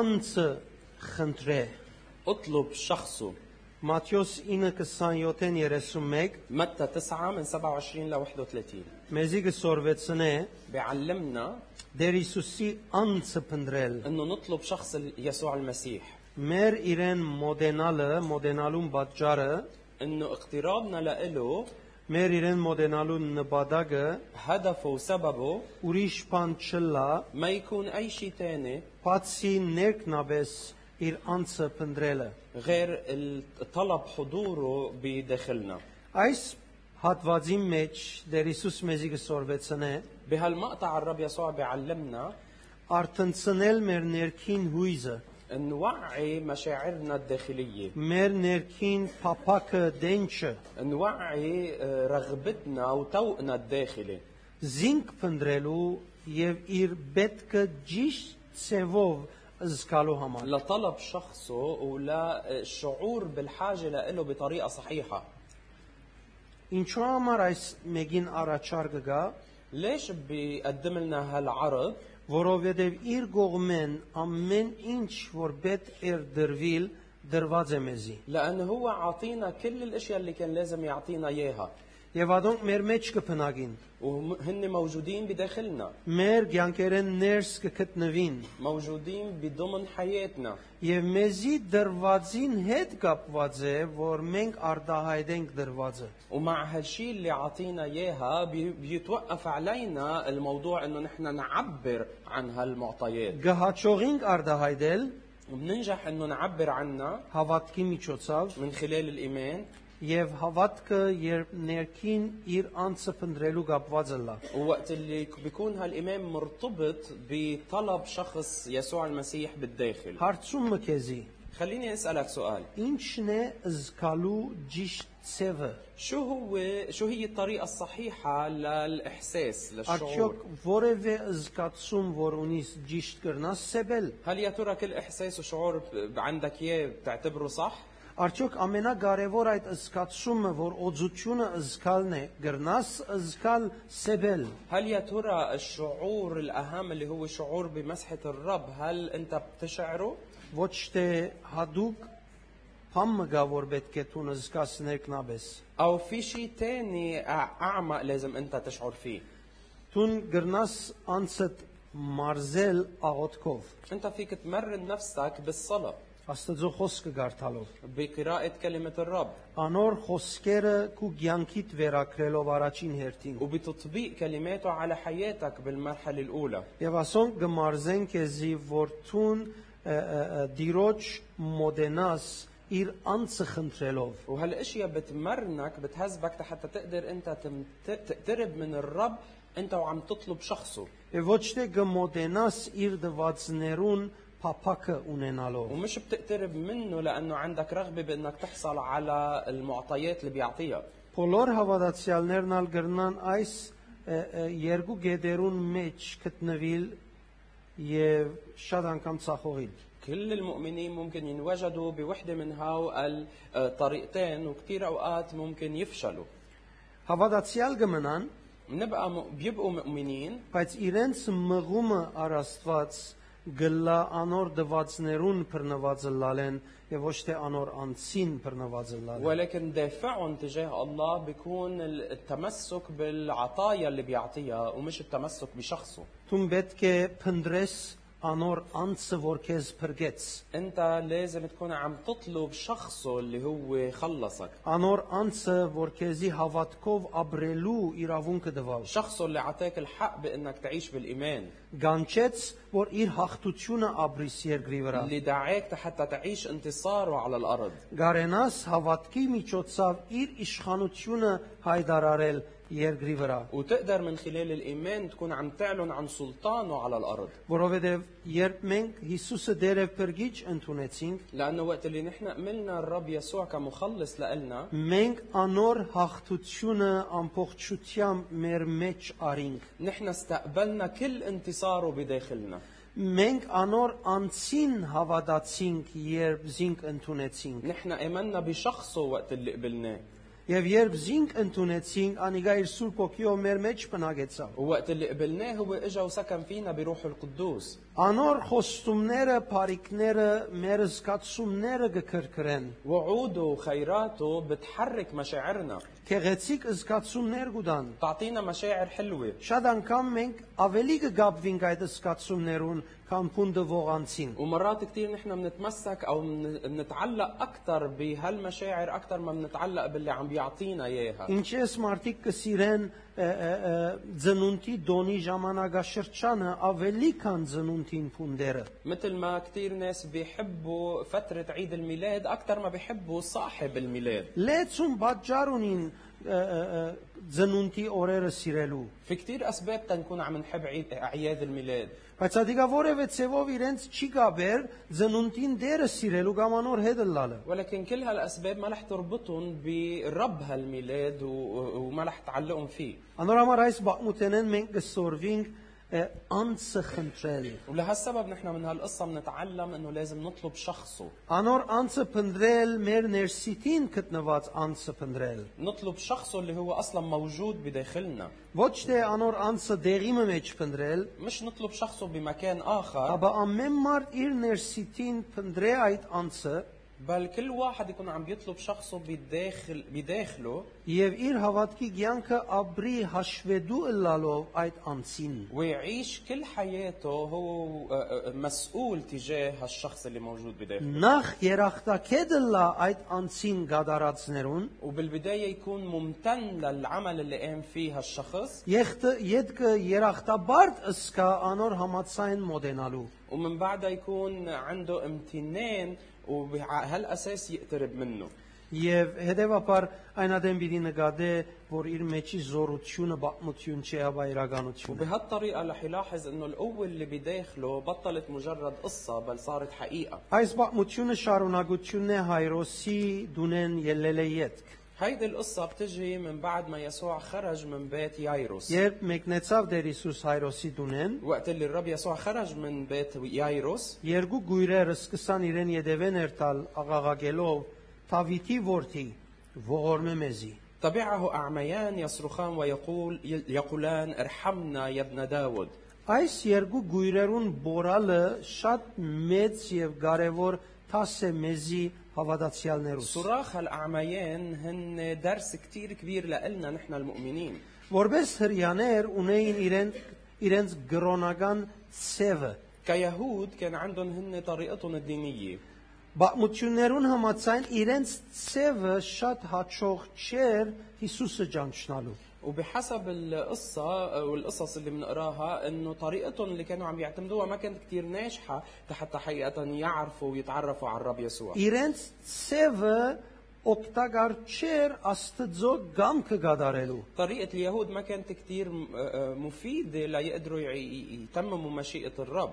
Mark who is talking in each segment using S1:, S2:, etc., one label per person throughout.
S1: անձը խնդրե
S2: اطلب شخصه
S1: Մատթեոս 9:27-ն 31
S2: متى 9 من 27 ل 31
S1: մեզի գսորվեցնե
S2: بيعلمنا
S1: դեր Հիսուսի անձը փնտրել
S2: انه نطلب شخص ال- يسوع المسيح
S1: մեր իրեն մոդենալը մոդենալուն պատճառը
S2: انه اقترابنا لإله
S1: մեր իրեն մոդենալուն նպատակը
S2: هدفه وسببه
S1: ուրիշ բան չլա
S2: ما يكون اي شيء تاني
S1: բացի ներքնաբես իր անձը փնտրելը
S2: غير الطلب حضوره بداخلنا
S1: այս հատվածի մեջ դեր Հիսուս մեզի գսորվեցնե
S2: بهالمقطع الرب يسوع بيعلمنا
S1: արտնցնել մեր ներքին հույզը
S2: نوعي مشاعرنا الداخلية
S1: մեր ներքին փափակը դենչը
S2: نوعي آه، رغبتنا وتوقنا الداخلي
S1: զինք փնտրելու եւ իր պետքը ճիշտ ծևով զգալու համար։
S2: لطلب شخصه وللشعور بالحاجة له بطريقة صحيحة
S1: Ինչու համար այս մեկին առաջարկը գա,
S2: ليش بيقدم لنا هالعرض
S1: որովհետեւ իր գողմեն ամեն ինչ որ պետ էր դրվիլ դրված է մեզի։
S2: لأنه هو عاطينا كل الأشياء اللي كان لازم يعطينا إياها
S1: Եվ ադոնք մեր մեջ կփնակին,
S2: وهن موجودين بداخلنا
S1: մեր ցանկերեն ներս կգտնվին
S2: موجودين بضمن حياتنا
S1: եւ մեզի դրվածին հետ կապված է, որ մենք արդահայտենք դրվածը։
S2: ومع هالشي اللي عاطينا اياها بي- بيتوقف علينا الموضوع انه نحن نعبر عن هالمعطيات
S1: Գահաճողինք արդահայտել
S2: وبننجح انه نعبر عنها
S1: հավատքի միջոցով
S2: من خلال الايمان
S1: Եվ հավատքը երբ ներքին իր անձը փնտրելու կապվածը լա։
S2: ووقت اللي ك- بيكون هالايمان مرتبط بطلب شخص يسوع المسيح بالداخل
S1: Հարցումը քեզի։
S2: خليني اسالك سؤال
S1: Ինչն է զգալու ճիշտ ցևը։
S2: شو هو شو هي الطريقه الصحيحه للاحساس
S1: Արդյոք
S2: للشعور
S1: որևէ զգացում, որ ունիս ճիշտ կրնաս սեբել։
S2: هل يا ترى كل احساس وشعور ب- عندك اياه بتعتبره صح
S1: Արդյոք ամենակարևոր այդ զգացումը, որ օծությունը զգալն է, գրնաս զգալ սեբել։
S2: هل يا ترى الشعور الأهم اللي هو شعور بمسحة الرب هل أنت بتشعره؟
S1: Ոչ թե հadouk համը գա որ պետք է տուն զգաս ներքնաբես։
S2: أو في شيء تاني أع- أعمق لازم أنت تشعر فيه
S1: Տուն գրնաս անցդ մարզել աղոթքով։
S2: أنت فيك تمرن نفسك بالصلاة
S1: Աստծո խոսքը գարտալով
S2: بقراءة كلمة الرب
S1: անոր խոսքերը քու ցանկիտ վերակրելով առաջին հերթին
S2: وبتطبيق كلماته على حياتك بالمرحلة الأولى
S1: եւ ասոն գմարզեն քեզի որ ցուն դիրոջ մոդենաս իր անձը խնդրելով
S2: وهالأشياء بتمرنك بتهذبك حتى تقدر أنت تم- ت- تقترب من الرب أنت وعم تطلب شخصه
S1: եւ ոչ թե գմոդենաս իր դվածներուն փափակը ունենալով
S2: ومش بتقترب منه لأنه عندك رغبة بأنك تحصل على المعطيات اللي بيعطيها
S1: բոլոր հավատացյալներն ալ գրնան այս ը, ը, երկու գեդերուն մեջ գտնվիլ եւ շատ անգամ ցախողիլ
S2: كل المؤمنين ممكن ينوجدوا بوحدة من هاو الطريقتين وكثير أوقات ممكن يفشلوا
S1: հավատացյալ կմնան
S2: بنبقى م- بيبقوا مؤمنين
S1: բայց իրենց մղումը առաստված գլա անոր դվածներուն բռնված լալեն եւ ոչ թե անոր անցին բռնված լալեն
S2: ولكن دافعهم تجاه الله بيكون ال- التمسك بالعطايا اللي بيعطيها ومش التمسك بشخصه
S1: Թուն պետք է փնդրես անոր անցը որ քեզ բրգեց
S2: انت لازم تكون عم تطلب شخصه اللي هو خلصك
S1: անոր անցը որ քեզի հավատքով ապրելու իրավունքը տվավ
S2: شخصه اللي عطاك الحق بانك تعيش بالايمان
S1: գանչեց որ իր հաղթությունը ապրիս երկրի վրա
S2: اللي دعاك حتى تعيش انتصاره على الارض
S1: գարենաս հավատքի միջոցով իր իշխանությունը հայտարարել երկրի վրա
S2: وتقدر من خلال الايمان تكون عم تعلن عن سلطانه على الارض
S1: Որովհետև երբ մենք Հիսուսը դերև բրգիչ ընդունեցինք,
S2: لانه وقت اللي نحن قبلنا الرب يسوع كمخلص لنا
S1: մենք անոր հաղթությունը ամբողջությամբ մեր մեջ արինք։
S2: نحن استقبلنا كل انتصاره بداخلنا
S1: Մենք անոր անցին հավատացինք, երբ զինք ընդունեցինք։
S2: نحن امنا بشخصه وقت اللي قبلناه
S1: Եվ երբ զինք ընդունեցինք, անիգա իր Սուրբ Օքիո մեր մեջ բնակեցավ։
S2: ووقت اللي قبلناه هو اجا وسكن فينا بروح القدوس
S1: Անոր խոստումները, բարիկները, մեր զգացումները գկրկրեն։
S2: وعوده وخيراته بتحرك مشاعرنا
S1: Քեղեցիկ զգացումներ կուտան։
S2: تعطينا مشاعر حلوة
S1: Շատ անգամ մենք ավելի կգապվինք այդ զգացումներուն, քան փունդը ողանցին։
S2: ومرات كتير نحن بنتمسك او بنتعلق اكثر بهالمشاعر اكثر ما بنتعلق باللي عم بيعطينا اياها
S1: Ինչես մարդիկ կսիրեն ը, ը, ը, ծնունդի դոնի ժամանակաշրջանը ավելի քան ծնունդին փունդերը։
S2: مثل ما كتير ناس بيحبوا فترة عيد الميلاد اكثر ما بيحبوا صاحب الميلاد
S1: Լեցուն պատճառ ունին ը, ը, ը, ծնունդի օրերը սիրելու։
S2: في كتير اسباب تنكون عم نحب عيد اعياد الميلاد
S1: Բայց ադիկա որևէ ցևով իրենց չի գաբեր ծնունդին դերը սիրելու կամ անոր հետը լալը։
S2: ولكن كل هالاسباب ما رح تربطهم برب هالميلاد و- وما رح تعلقهم فيه
S1: Անոր համար այս բաղմուտենեն մենք կսորվինք ը, անձը խնդրել։
S2: ولهالسبب نحن من هالقصة بنتعلم انه لازم نطلب شخصه
S1: Անոր անձը փնդրել, մեր ներսիտին գտնված անձը փնդրել։
S2: نطلب شخصه اللي هو اصلا موجود بداخلنا
S1: Ոչ թե անոր անձը դեղիմը մեջ փնդրել,
S2: مش نطلب شخصه بمكان اخر
S1: ապա ամեն մարդ իր ներսիտին փնդրե այդ անձը
S2: بل كل واحد يكون عم بيطلب شخصه بداخل بداخله
S1: եւ իր հավատքի ցանկը ապրի հաշվետու լալով այդ անձին։
S2: ويعيش كل حياته هو آه، آه، مسؤول تجاه هالشخص اللي موجود بداخله
S1: Նախ երախտակեդը լա այդ անձին գդարածներուն,
S2: وبالبداية يكون ممتن للعمل اللي قام فيه هالشخص
S1: եղտը յետքը երախտաբարդ ըսկա անոր համացային մոդենալու։
S2: ومن بعدها يكون عنده امتنان وبهالأساس يقترب منه
S1: Եվ հետևաբար այն ադեմ պիտի նկատե, որ իր մեջի զորությունը բացմություն չէ, հա, ապա իրականություն։ է։
S2: وبهالطريقة رح يلاحظ انه القوة اللي بداخله بطلت مجرد قصة بل صارت حقيقة
S1: Այս բացմությունը շարունակությունն է Հայրոսի դունեն ելելե յետք։
S2: هيدي القصة بتجي من بعد ما يسوع خرج من بيت يايروس
S1: Երբ մեկնեցավ Տեր Հիսուս Հայրոսի դունեն,
S2: وقت اللي الرب يسوع خرج من بيت يايروس
S1: երկու գույրերը սկսան իրեն յետևեն երթալ աղաղակելով Դավիթի որդի ողորմե մեզի։
S2: تبعه أعميان يصرخان ويقول يقولان ارحمنا يا ابن داود
S1: Այս երկու գույրերուն բորալը շատ մեծ եւ կարեւոր տաս է մեզի հավատացյալներուս։
S2: صراخ هالأعميان هن درس كتير كبير لإلنا نحن المؤمنين
S1: Որպես հрьяներ ունեին իրեն իրենց գրոնական ծևը։
S2: كيهود كان عندهم هن طريقتهم الدينية
S1: Բամություներուն համացան իրենց ծևը շատ հաճող չէր Հիսուսը ճանչնալու։
S2: وبحسب القصة والقصص اللي بنقراها انه طريقتهم اللي كانوا عم يعتمدوها ما كانت كتير ناجحة لحتى حقيقة يعرفوا ويتعرفوا على الرب يسوع
S1: Իրենց ծևը օգտակար չէր Աստծո գամքը գադարելու։
S2: طريقة اليهود ما كانت كتير م- آه، مفيدة ليقدروا يع- ي- يتمموا مشيئة الرب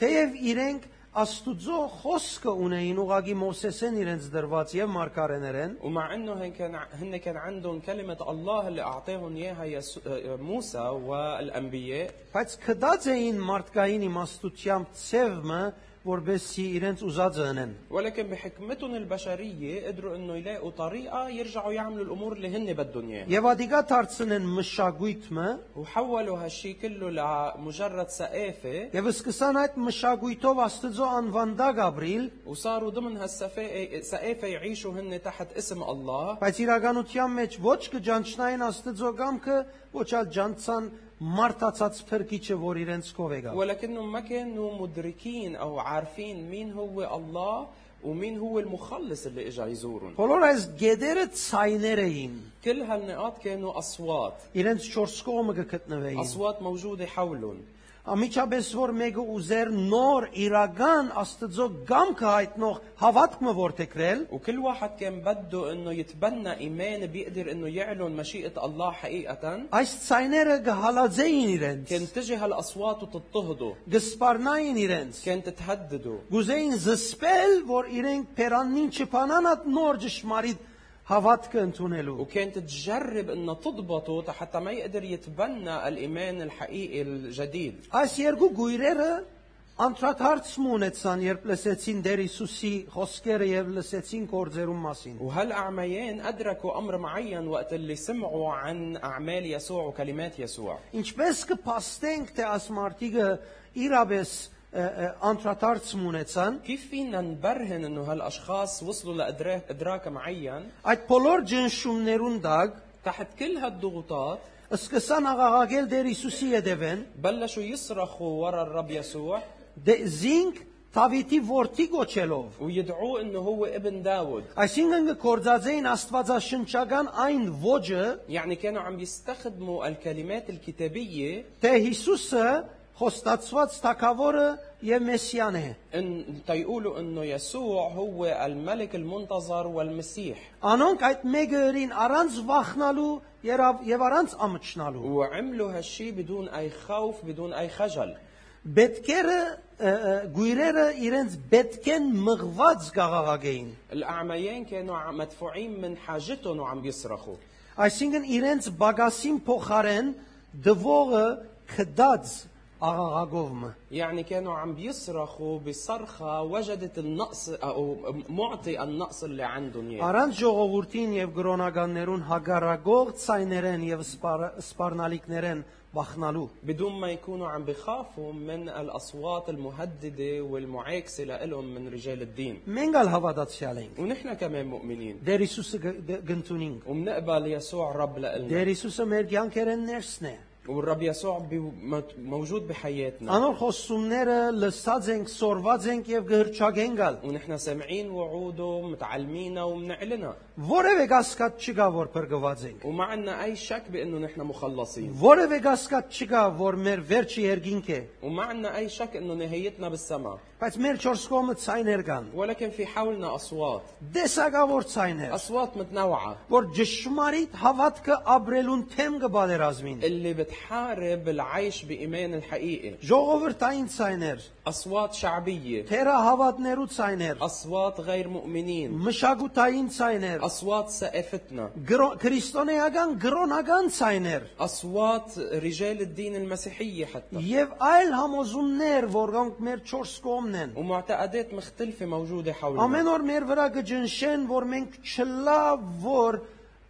S1: Թեև իրենք Աստուծո խոսքը ունեին ուղագի Մովսեսեն իրենց դրված եւ մարգարեներեն,
S2: ومع انه هن كان ع- هن كان عندهم كلمة الله اللي اعطاهم اياها يسو... آه، موسى والانبياء
S1: բայց կդած էին մարդկային իմաստությամբ ծևը, որբեսի իրենց ուզածը ընեն։
S2: ولكن بحكمتهم البشرية قدروا انه يلاقوا طريقة يرجعوا يعملوا الامور اللي هن بدهم اياها
S1: Եվ ադիգա դարձնեն մշակույթը
S2: وحولوا هالشي كله لمجرد سقافة
S1: եւ սկսան այդ մշակույթով Աստծո անվանդակ ապրիլ,
S2: وصاروا ضمن هالسقافة سقافة يعيشوا هن تحت اسم الله
S1: բայց իրականության մեջ ոչ կջանչնային Աստծո կամքը, ոչ այլ ջանցան մարդածած փրկիչը, որ իրենց կով եկավ։
S2: ولكنهم ما كانوا مدركين او عارفين مين هو الله ومين هو المخلص اللي اجى يزورهم
S1: Բոլոր այս գեդերը ցայներ էին։
S2: كل هالنقاط كانوا اصوات
S1: Իրենց 4 կողմը գտնվեին։
S2: اصوات موجودة حولهم
S1: Ամիջապես որ մեկը ուզեր նոր իրական Աստծո գամքը հայտնող հավատքը որթեքրել,
S2: وكل واحد كان بده انه يتبنى ايمان بيقدر انه يعلن مشيئة الله حقيقة
S1: այս ցայները գհալաձեին իրենց,
S2: كانت تجي هالاصوات وتضطهده
S1: գսպառնային իրենց,
S2: كانت تهدده
S1: գուզեին զսպել, որ իրենք փերանին չփանան այդ նոր ճշմարիտ հավատքը ընդունելու։
S2: وكانت تجرب انها تضبطه حتى ما يقدر يتبنى الايمان الحقيقي الجديد
S1: Այս երկու գույրերը անդրադարձում ունեցան, երբ լսեցին Տեր Հիսուսի խոսքերը եւ լսեցին կորձերու մասին։
S2: وهالاعميان ادركوا امر معين وقت اللي سمعوا عن اعمال يسوع وكلمات يسوع
S1: Ինչպես կփաստենք, թե աս մարդիկը իրապես ը, անդրադարձում ունեցան։
S2: كيف فينا نبرهن انه هالاشخاص وصلوا لادراك ادراك معين
S1: Այդ բոլոր ջնշումներուն դակ
S2: تحت كل هالضغوطات
S1: սկսան աղաղակել Տեր Հիսուսի յետևեն,
S2: بلشوا يصرخوا ورا الرب يسوع
S1: դե զինք Դավիթի որդի գոչելով։
S2: ويدعوه انه هو ابن داود
S1: Այսինքն կգործածեին Աստվածաշնչական այն ոճը,
S2: يعني كانوا عم يستخدموا الكلمات الكتابية
S1: թե Հիսուսը խոստացված Թագավորը եւ Մեսիան է։
S2: ان تيقولوا انه يسوع هو الملك المنتظر والمسيح
S1: Անոնք այդ մեկը իրին առանց վախնալու երավ- եւ առանց ամճնալու։
S2: وعملوا هالشي بدون اي خوف بدون اي خجل
S1: Բետկերը ը, ը, գույրերը իրենց բետկեն մղված գաղաղագեին։
S2: الاعميان كانوا عم- مدفوعين من حاجتهم وعم بيصرخوا
S1: Այսինքն իրենց բագասին փոխարեն դվողը քդած աղաղակովմը։
S2: يعني كانوا عم بيصرخوا بصرخة وجدت النقص أو معطي النقص اللي عندهم إياه
S1: Առանց ժողովրդին եւ գրոնականներուն հագարագող ցայներեն եւ սպար- սպառնալիքներեն բախնալու։
S2: بدون ما يكونوا عم بخافوا من الأصوات المهددة والمعاكسة لإلهم من رجال الدين
S1: Մենք al հավատացյալ ենք։
S2: ونحن كمان مؤمنين
S1: Դեր Հիսուսը գ- գ- գնտունինք։
S2: ومنقبل يسوع رب لإلنا
S1: Դեր Հիսուսը մեր կյանքերեն ներսն է։
S2: والرب يسوع بي- مت- موجود بحياتنا
S1: Անոր խոսումները լսած ենք, սորված ենք եւ գհրճագենք al։
S2: ونحن سامعين وعوده متعلمينه ومنعلنها
S1: Որևէ գասկած չկա որ բրգված ենք։
S2: وما عندنا أي شك بأنه نحن مخلصين
S1: Որևէ գասկած չկա որ մեր վերջի երկինք է,
S2: وما عندنا أي شك أنه نهايتنا بالسماء
S1: բայց մեր չորս կողմը ցայներ կան։
S2: ولكن في حولنا أصوات
S1: Դեսակավոր ցայներ,
S2: أصوات متنوعة
S1: որ ճշմարիտ հավատքը ապրելուն թեմ կբادرազմին։
S2: اللي بتحارب العيش بإيمان الحقيقي
S1: Ժողովրդային ցայներ,
S2: أصوات شعبية
S1: թերահավատներու ցայներ,
S2: أصوات غير مؤمنين
S1: մշակութային ցայներ,
S2: أصوات سقفتنا
S1: գրո- քրիստոնեական գրոնական ցայներ
S2: أصوات رجال الدين المسيحية حتى
S1: եւ այլ համոզումներ, որոնք մեր չորս կողմն են։
S2: ومعتقدات مختلفة موجودة
S1: Ամեն
S2: حولنا
S1: օր մեր վրա կջնշեն, որ մենք չլա որ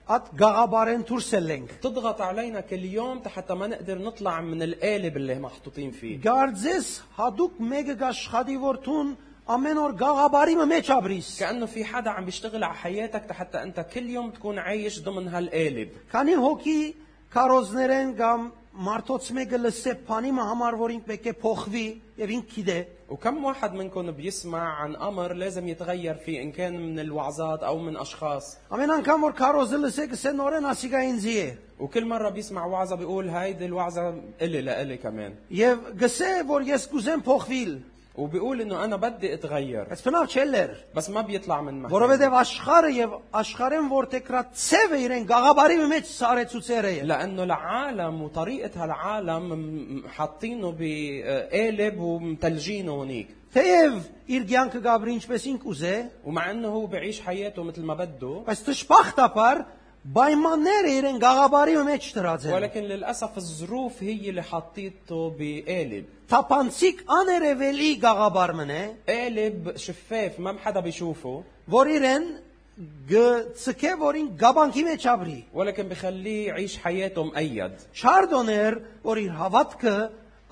S1: at գաղաբարեն դուրս ելենք։
S2: تضغط علينا كل يوم حتى ما نقدر نطلع من القالب اللي محطوطين فيه
S1: Գարձես հadoop մեկը գաշխատի որթուն ամեն օր գաղաբարի մեջ ապրիս։
S2: كأنه في حدا عم بيشتغل على حياتك حتى أنت كل يوم تكون عايش ضمن هالقالب
S1: Քանի հոգի կարոզներեն կամ մարդոց մեկը լսե փանիմը համար որ ինք պետք է փոխվի եւ ինք գիտե։
S2: وكم واحد منكم بيسمع عن أمر لازم يتغير فيه إن كان من الوعظات أو من أشخاص
S1: Ամեն անգամ որ կարոզը լսե կսե նորեն ասիկա ինձի է։
S2: وكل مرة بيسمع وعظة بيقول هيدي الوعظة إلي لإلي كمان
S1: Եվ գսե որ ես կուզեմ փոխվել,
S2: وبيقول إنه أنا بدي أتغير
S1: բայց փնավ չելեր,
S2: بس ما بيطلع من مكانه
S1: որովհետեւ աշխարը եւ աշխարհեն որտեքրա ցևը իրեն գաղաբարի մեջ սարեցուցերը է։
S2: لأنه العالم وطريقة هالعالم م- م- حاطينه بقالب ومتلجينه هونيك
S1: Թեև իր ցանկը գաբրի ինչպես ինք ուզե,
S2: ومع انه هو بعيش حياته مثل ما بده
S1: բայց ճշփախտաբար պայմանները իրեն գաղաբարի մեջ դրած են։
S2: ولكن للاسف الظروف هي اللي حطيته بقالب
S1: Թափանցիկ աներևելի գաղաբարմն է,
S2: قالب شفاف ما حدا بيشوفه
S1: որ իրեն գցկե որին գաբանքի մեջ ապրի։
S2: ولكن بخليه يعيش حياته مقيد
S1: Չարդոներ, որ իր հավատքը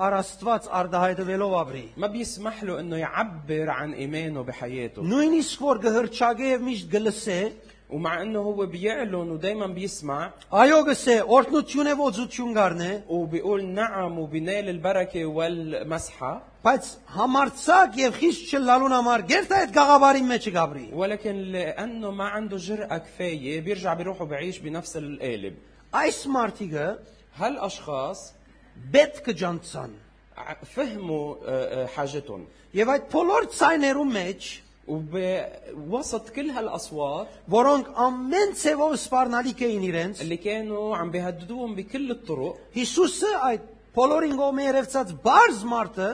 S1: առաստված արդահայտվելով ապրի։
S2: ما بيسمح له انه يعبر عن ايمانه بحياته
S1: Նույնիսկ որ գհրճագե եւ միշտ գլսե,
S2: ومع انه هو بيعلن ودائما بيسمع
S1: այո գսե, օրտնություն եւ ոծություն գառնե,
S2: وبيقول نعم وبينال البركه والمسحه
S1: բայց համարցակ եւ խիստ չլալուն համար գերտա այդ գաղաբարի մեջ գաբրի։
S2: ولكن لانه ما عنده جرأه كفايه بيرجع بيروح وبيعيش بنفس القالب
S1: Այս մարտիկը
S2: هالاشخاص
S1: պետք է ջանցան։
S2: ع- فهموا آه، آه، حاجتهم
S1: Եվ այդ բոլոր ցայներու մեջ,
S2: وبوسط كل هالاصوات
S1: որոնք ամեն ցեվով սпарնալիք էին իրենց,
S2: اللي كانوا عم بيهددوهم بكل الطرق
S1: Հիսուսը այդ բոլորին գոմե երևցած բարձ մարդը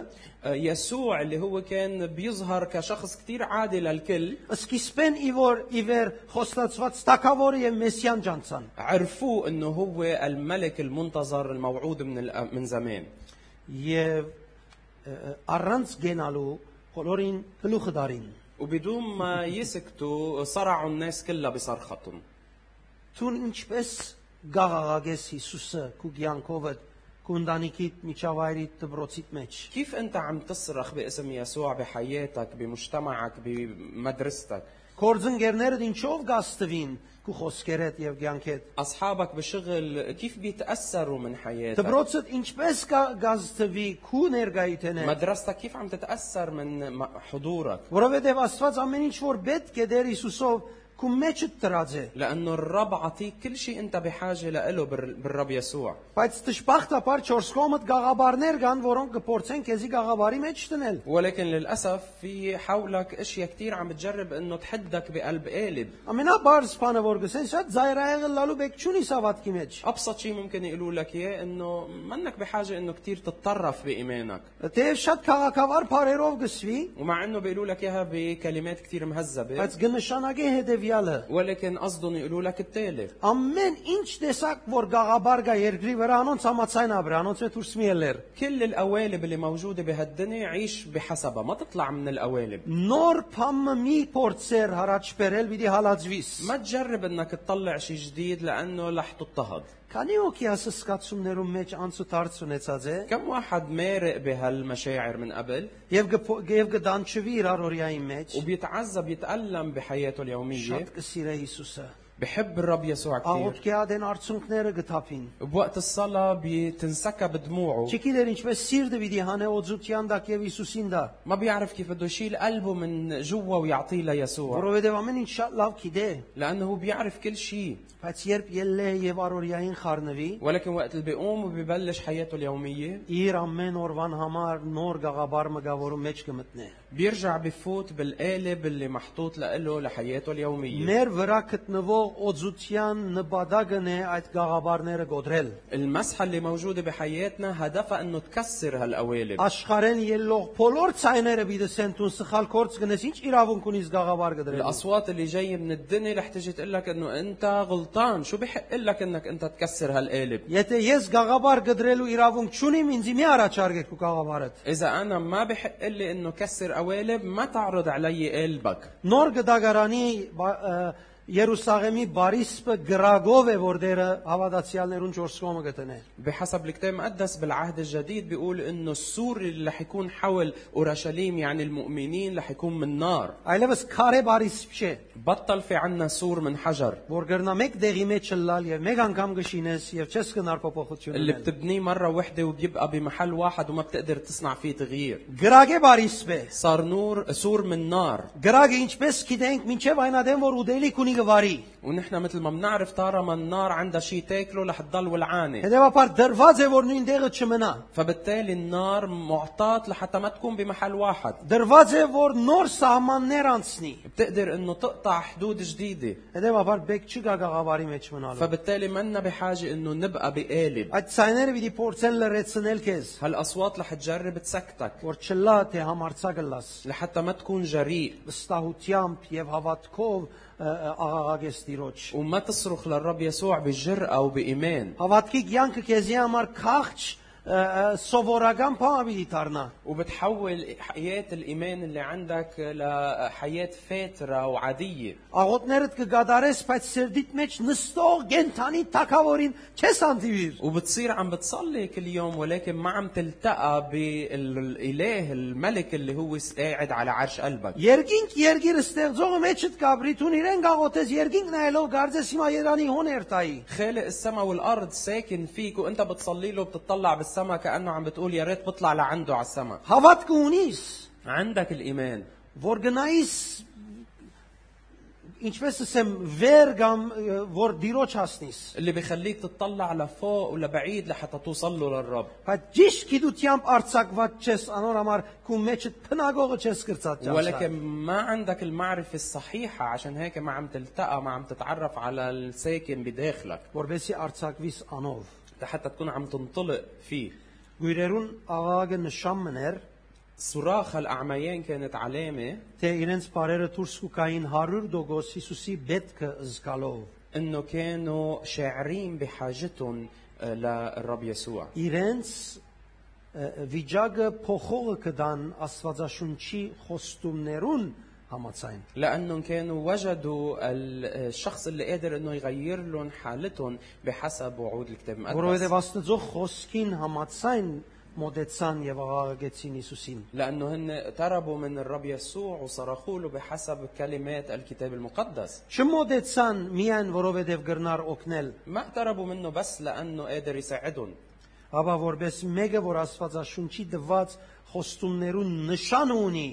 S2: آه، يسوع اللي هو كان بيظهر كشخص كتير عادي للكل
S1: սկիզբեն իվոր իվեր խոստացված Տակավորը եւ Մեսիան ջանցան։
S2: عرفوه انه هو الملك المنتظر الموعود من الأ- من زمان
S1: Եվ ը, ը, առանց գենալու բոլորին գլուխը դարին։
S2: وبدون ما يسكتوا صرعوا الناس كلها بصرختهم
S1: Ցուն ինչպես գաղաղագես Հիսուսը քու ցանկովդ կունդանիկի միջավայրի դպրոցիդ մեջ։
S2: كيف أنت عم تصرخ باسم يسوع بحياتك بمجتمعك بمدرستك
S1: Կորձընկերներդ ինչով գաստվին քու խոսքերդ եւ ցանկեդ։
S2: أصحابك بالشغل كيف بيتأثروا من حياتك
S1: Դպրոցդ ինչպես կա գաստվի քու ներգայիթենե։
S2: مدرستك كيف عم تتأثر من م- حضورك
S1: Որովհետեւ Աստված ամեն ինչ որ պետք է դեր Հիսուսով քու մեջդ տրած է։
S2: لأنه الرب عطيك كل شيء أنت بحاجة لإله بال- بالرب يسوع
S1: Բայց դժբախտաբար 4 կողմդ գաղաբարներ կան, որոնք կփորձեն քեզի գաղաբարի մեջ դնել։
S2: ولكن للأسف في حولك أشياء كتير عم تجرب أنه تحدك بقلب قالب
S1: Ամենաբարձ բանը որ գսեն, շատ զայրայեղը լալու բեք չունի սավատքի մեջ։
S2: أبسط شيء ممكن يقولوا لك إياه أنه منك بحاجة أنه كتير تتطرف بإيمانك
S1: Դեև շատ քաղաքավար բարերով գսվի,
S2: ومع أنه بيقولوا لك إياها بكلمات كتير مهذبة
S1: բայց գնշանակե հետևյալը.
S2: ولكن قصدهم يقولوا لك التالي
S1: Ամեն ինչ տեսակ որ գաղաբար գա երկրի վրա, անոնց համացայն աբր, անոնց հետ ուրս միելեր։
S2: كل القوالب اللي موجودة بهالدنيا عيش بحسبها ما تطلع من القوالب
S1: Նոր փամը մի փորձեր հարաճբերել՝ պիտի հալածվիս։
S2: ما تجرب انك تطلع شيء جديد لانه رح تضطهد
S1: Քանի օքի հասսկացումներում մեջ անցուդարձ ունեցած է
S2: كم واحد مارق بهالمشاعر من قبل
S1: եւ գփո- եւ գդանչվի իր առօրյայի մեջ։
S2: وبيتعذب يتألم بحياته اليومية
S1: Շատ կսիրե Հիսուսը։
S2: بحب الرب يسوع كثير
S1: Աղոթքի ադեն արցունքները գտափին։
S2: بوقت الصلاة بتنسكب دموعه
S1: Չգիտեր ինչպես սիրտը պիտի հանե օծության դակ եւ Հիսուսին դա։
S2: ما بيعرف كيف بده يشيل قلبه من جوا ويعطيه ليسوع
S1: Որովհետև ամեն ինչ շատ լավ գիտե,
S2: لانه هو بيعرف كل شيء
S1: բայց երբ ելլե եւ արորիային խառնվի,
S2: ولكن وقت اللي بيقوم وبيبلش حياته اليومية
S1: իր ամեն օրվան համար նոր գաղաբար մգավորում մեջ կմտնե։
S2: بيرجع بفوت بالقالب اللي محطوط له لحياته اليومية
S1: Մեր վրա գտնվող օծության նպատակն է այդ գաղաբարները գոդրել։
S2: المسحة اللي موجودة بحياتنا هدفها انه تكسر هالقوالب
S1: Աշխարհեն ելող բոլոր ցայները դիտեն տուն սխալ կորց գնես, ինչ իրավունք ունիս գաղաբար գդրել։
S2: الاصوات اللي جايه من الدنيا رح تجي تقول لك انه انت غلطان شو بحق لك انك انت تكسر هالقالب
S1: Եթե ես գաղաբար գդրելու իրավունք չունիմ, ինձ մի առաջարկեք ու գաղաբարդ։
S2: اذا انا ما بحق لي انه كسر قوالب ما تعرض علي قلبك
S1: Նոր գդագարանի բա- ը, Երուսաղեմի բարիսպը գրագով է, որ դերը հավատացյալներուն 4 կողմը գտնե։
S2: بحسب الكتاب المقدس بالعهد الجديد بيقول انه السور اللي رح يكون حول اورشليم يعني المؤمنين رح يكون من نار
S1: Այլևս քարե բարիսպ չէ,
S2: بطل في عنا سور من حجر
S1: որ գրնա մեկ դեղի մեջ լալ եւ մեկ անգամ գշինես եւ չես կնար փոփոխություն։
S2: اللي
S1: ունել։
S2: بتبنيه مرة واحدة وبيبقى بمحل واحد وما بتقدر تصنع فيه تغيير
S1: Գրագե բարիսպ է։
S2: صار نور سور من نار
S1: Գրագը ինչպես գիտենք, մինչեւ այն ադեմ որ ուդելի կունի գվարի։
S2: ونحن مثل ما بنعرف طالما النار عندها شيء تاكله رح تضل ولعانة
S1: Հետևաբար դրված է որ նույն դեղը չմնա։
S2: فبالتالي النار معطاة لحتى ما تكون بمحل واحد
S1: Դրված է որ նոր սահմաններ անցնի։
S2: بتقدر انه تقطع حدود جديدة
S1: Հետևաբար բեք չկա գաղավարի մեջ մնալու։
S2: فبالتالي منا بحاجة انه نبقى بقالب
S1: Այդ ցայները պիտի փորձեն լրացնել քեզ,
S2: هالاصوات رح تجرب تسكتك
S1: որ չլա թե համարցակը լաս։
S2: لحتى ما تكون جريء
S1: վստահությամբ եւ հավատքով ը, ը, աղաղակես Տիրոջ։
S2: وما تصرخ للرب يسوع بجرأة وبإيمان
S1: Հավատքի կյանքը քեզի համար քաղճ ը, ը, սովորական բան պիտի դառնա։
S2: وبتحول حياة الإيمان اللي عندك لحياة فاترة وعادية
S1: Աղոտներդ կգադարես, բայց սրդիդ մեջ նստող գենթանի թակավորին չես անդիվիր։
S2: وبتصير عم بتصلي كل يوم ولكن ما عم تلتقى بالإله الملك اللي هو قاعد على عرش قلبك
S1: Երկինք երգիրը ստեղծողը մեջդ կաբրիտուն իրեն գաղոթես երկինք նայելով գարձես հիմա Երանի հոներ տայի։
S2: خالق السما والأرض ساكن فيك وانت بتصلي له بتطلع بالسما كأنه عم بتقول يا ريت بطلع لعنده على السما
S1: Հավատք ունիս,
S2: عندك الإيمان
S1: որ գնայիս ինչպես ասեմ վեր կամ ը, որ դիրոջ հասնիս։
S2: اللي بخليك تطلع لفوق ولبعيد لحتى توصل له للرب
S1: Բայց ճիշտ գիտությամբ արྩակված չես անոր համար քու մեջը փնագողը չես կրծած ճաշակ։
S2: ولكن ما عندك المعرفة الصحيحة عشان هيك ما عم تلتقى ما عم تتعرف على الساكن بداخلك
S1: Որբեսի արྩակվիս անով։
S2: حتى تكون عم تنطلق فيه
S1: Գույրերուն աղաղակը նշան մներ,
S2: صراخ الأعميان كانت علامة
S1: թե իրենց բարերը դուրս կային 100% Հիսուսի բետքը զգալով։
S2: إنه كانوا شاعرين بحاجتهم آه، للرب يسوع
S1: Իրենց ը, վիճակը փոխողը կդան Աստվածաշունչի խոստումներուն համաձայն։
S2: لانهم كانوا وجدوا ال- الشخص اللي قادر انه يغير لهم حالتهم بحسب وعود الكتاب المقدس
S1: Որովհետև Աստծո խոսքին համաձայն մոդեցան եւ աղաղակեցին Հիսուսին։
S2: لانه هن تربوا من الرب يسوع وصرخوا له بحسب كلمات الكتاب المقدس
S1: Չմոդեցան միայն որովհետև գրնար օգնել,
S2: ما اقتربوا منه بس لانه قادر يساعدهم
S1: ապա որպես մեկը, որ Աստվածաշունչի դված խոստումներուն նշան ունի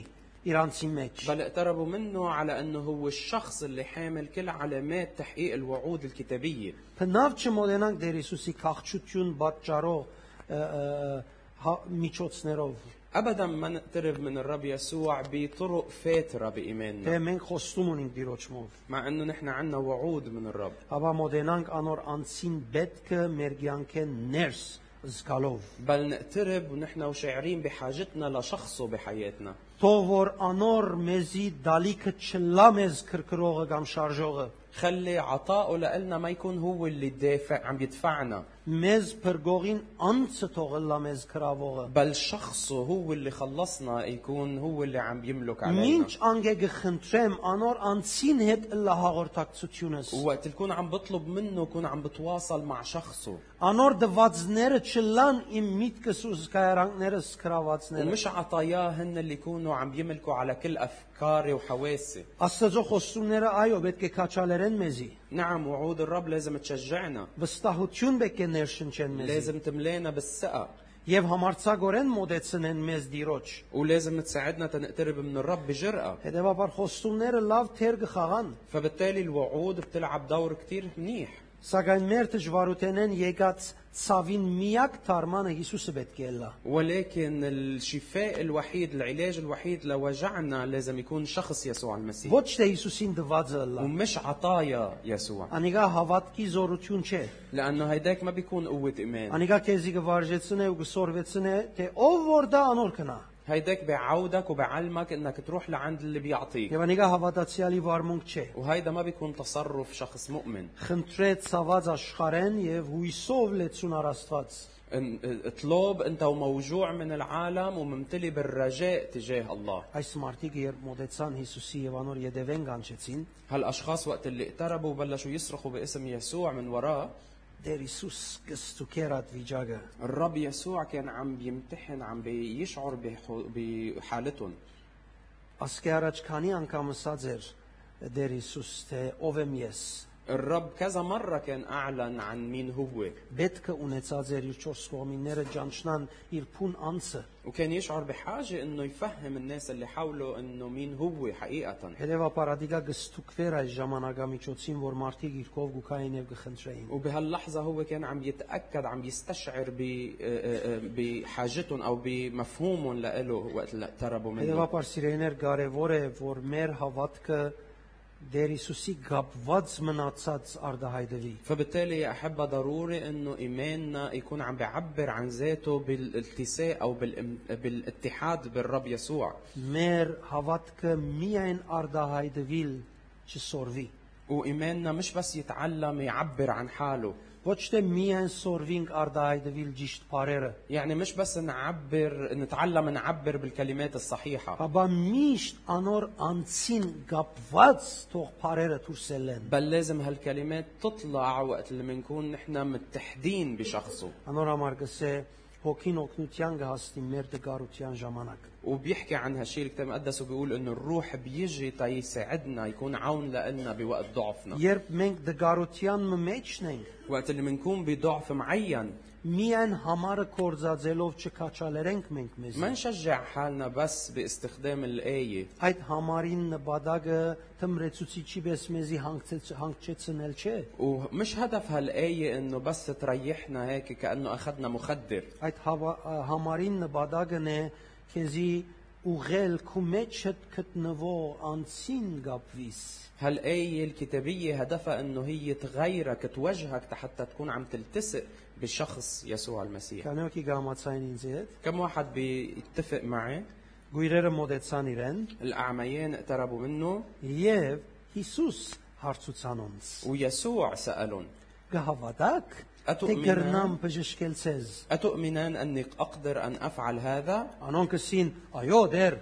S1: իրանցի մեջ։
S2: بل اقتربوا منه على انه هو الشخص اللي حامل كل علامات تحقيق الوعود الكتابيه
S1: Փնավ չմոդենանք Տեր Հիսուսի քաղչություն պատճառով ը, ը, հա- միջոցներով,
S2: ابدا ما نقترب من الرب يسوع بطرق فاتره بايماننا
S1: թե մենք խոստում ունենք Տիրոջմով։
S2: مع انه نحن عندنا وعود من الرب
S1: Ապա մոդենանք անոր անցին բետքը մեր ցանկեն ներս զգալով։
S2: بل نقترب ونحن وشاعرين بحاجتنا لشخصه بحياتنا
S1: Թող որ անոր մեզի դալիքը չլա մեզ քրքրողը կամ շարժողը,
S2: خلي عطاؤه لنا ما يكون هو اللي دافع عم يدفعنا
S1: մեզ բրգողին անցը թողը լա մեզ քրավողը։
S2: بل شخصه هو اللي خلصنا يكون هو اللي عم يملك علينا
S1: Մինչ անգե գխնդրեմ անոր անցին հետ լա հաղորդակցությունս։
S2: وقت اللي كون عم بطلب منه كون عم بتواصل مع شخصه
S1: Անոր դվածները չլան իմ միտքս ու զգայարանքներս քրավածները։
S2: ومش عطاياه هن اللي يكونوا عم يملكوا على كل افكاري وحواسي
S1: Աստծո խոստումները այո պետք է քաչալերեն մեզի։
S2: نعم وعود الرب لازم تشجعنا
S1: վստահություն պետք է ներշնչեն մեզ
S2: لازم تملانا بالثقه
S1: եւ համարցագորեն մոտեցնեն մեզ դիրոջ։
S2: ولازم تساعدنا تنقترب من الرب بجرأة
S1: Հետևաբար խոստումները լավ թեր գխաղան,
S2: فبالتالي الوعود بتلعب دور كتير منيح
S1: Սակայն մեր դժվարութենեն եկած ցավին միակ դարմանը Հիսուսը պետք է լա։
S2: ولكن الشفاء الوحيد العلاج الوحيد لوجعنا لازم يكون شخص يسوع المسيح
S1: Ոչ թե Հիսուսին դվածը լա։
S2: ومش عطايا يسوع
S1: Անիկա հավատքի զորություն չէ։
S2: لانه هيداك ما بيكون قوه ايمان
S1: Անիկա քեզի գվարժեցնե ու գսորվեցնե, թե ով որ դա անոր կնա։
S2: هيداك بيعودك وبيعلمك انك تروح لعند اللي بيعطيك
S1: Եվ անիկա հավատացյալի վարմունք չէ։
S2: وهيدا ما بيكون تصرف شخص مؤمن
S1: Խնդրեց ցաված աշխարհեն եւ հույսով լեցուն առաստված։
S2: إن- اطلب انت وموجوع من العالم وممتلي بالرجاء تجاه الله
S1: Այս մարդիկը երբ մոդեցան Հիսուսի եւ անոր յետևեն կանչեցին,
S2: هالاشخاص وقت اللي اقتربوا بلشوا يصرخوا باسم يسوع من وراه
S1: Տեր Հիսուս կստուքերատ վիճակը։
S2: الرب يسوع كان عم بيمتحن عم بيشعر بحو- بحالتهم
S1: Ասկե առաջ քանի անգամ ասած էր Տեր Հիսուս, թե ով եմ ես։
S2: الرب كذا مرة كان أعلن عن مين هو
S1: Պետք է ունեցած էր իր չորս կողմինները ճանչնան իր փուն անցը։
S2: وكان يشعر بحاجة أنه يفهم الناس اللي حوله أنه مين هو حقيقة
S1: Հետևաբար ադիգա գստուկվեր այս ժամանակամիջոցին, որ մարդիկ իր կողմ գուքային եւ գխնդրեին։
S2: وبهاللحظة هو كان عم يتأكد عم يستشعر ب- آه، آه، بحاجتهم أو بمفهومهم لإله وقت اللي اقتربوا منه
S1: Հետևաբար սիրելիներ կարևոր է, որ մեր հավատքը Տեր Հիսուսի գապված մնացած արդահայտվի։
S2: فبالتالي يا أحبة ضروري أنه إيماننا يكون عم بيعبر عن ذاته بالالتساء أو بالام- بالاتحاد بالرب يسوع
S1: Մեր հավատքը միայն արդահայտվիլ չսորվի։
S2: وإيماننا مش بس يتعلم يعبر عن حاله
S1: Ոչ թե միայն սորվինք արդահայտվիլ ճիշտ բարերը,
S2: يعني مش بس نعبر نتعلم نعبر بالكلمات الصحيحة
S1: Հաբա միշտ անոր անցին գապված թող բարերը դուրսելեն։
S2: بل لازم هالكلمات تطلع وقت اللي بنكون نحن متحدين بشخصه
S1: Անոր համար գսե հոգին օգնության գահստի մեր դգարության ժամանակ։
S2: وبيحكي عن هالشيء الكتاب المقدس وبيقول انه الروح بيجي تا يساعدنا يكون عون لنا بوقت ضعفنا
S1: Երբ մենք դգարության մեջն ենք,
S2: وقت اللي بنكون بضعف معين
S1: միայն համարը կորզածելով չքաչալերենք մենք մեզ։
S2: ما نشجع حالنا بس باستخدام الآية
S1: Այդ համարին նպատակը թմրեցուցիչի պես մեզի հանգցեց- հանգչեցնել չէ։
S2: ومش هدف هالآية انه بس تريحنا هيك كأنه اخذنا مخدر
S1: Այդ հավա- համարին նպատակն է քեզի ուղել քու մեջ գտնվող անցին գապվիս։
S2: هالآية الكتابية هدفها أنه هي تغيرك توجهك حتى تكون عم تلتصق بشخص يسوع المسيح
S1: Կանոյք գամացային ինձ հետ
S2: كم واحد بيتفق معي
S1: գույրերը մոդեցան իրեն
S2: الأعميان اقتربوا منه
S1: եւ Հիսուս հարցուցանոնց
S2: ويسوع سألهم
S1: գհավատակ թե
S2: Ատո-
S1: գրնամ բժշկել ցեզ
S2: أتؤمنان أني أقدر أن أفعل هذا؟
S1: անոնք ասին այո դեր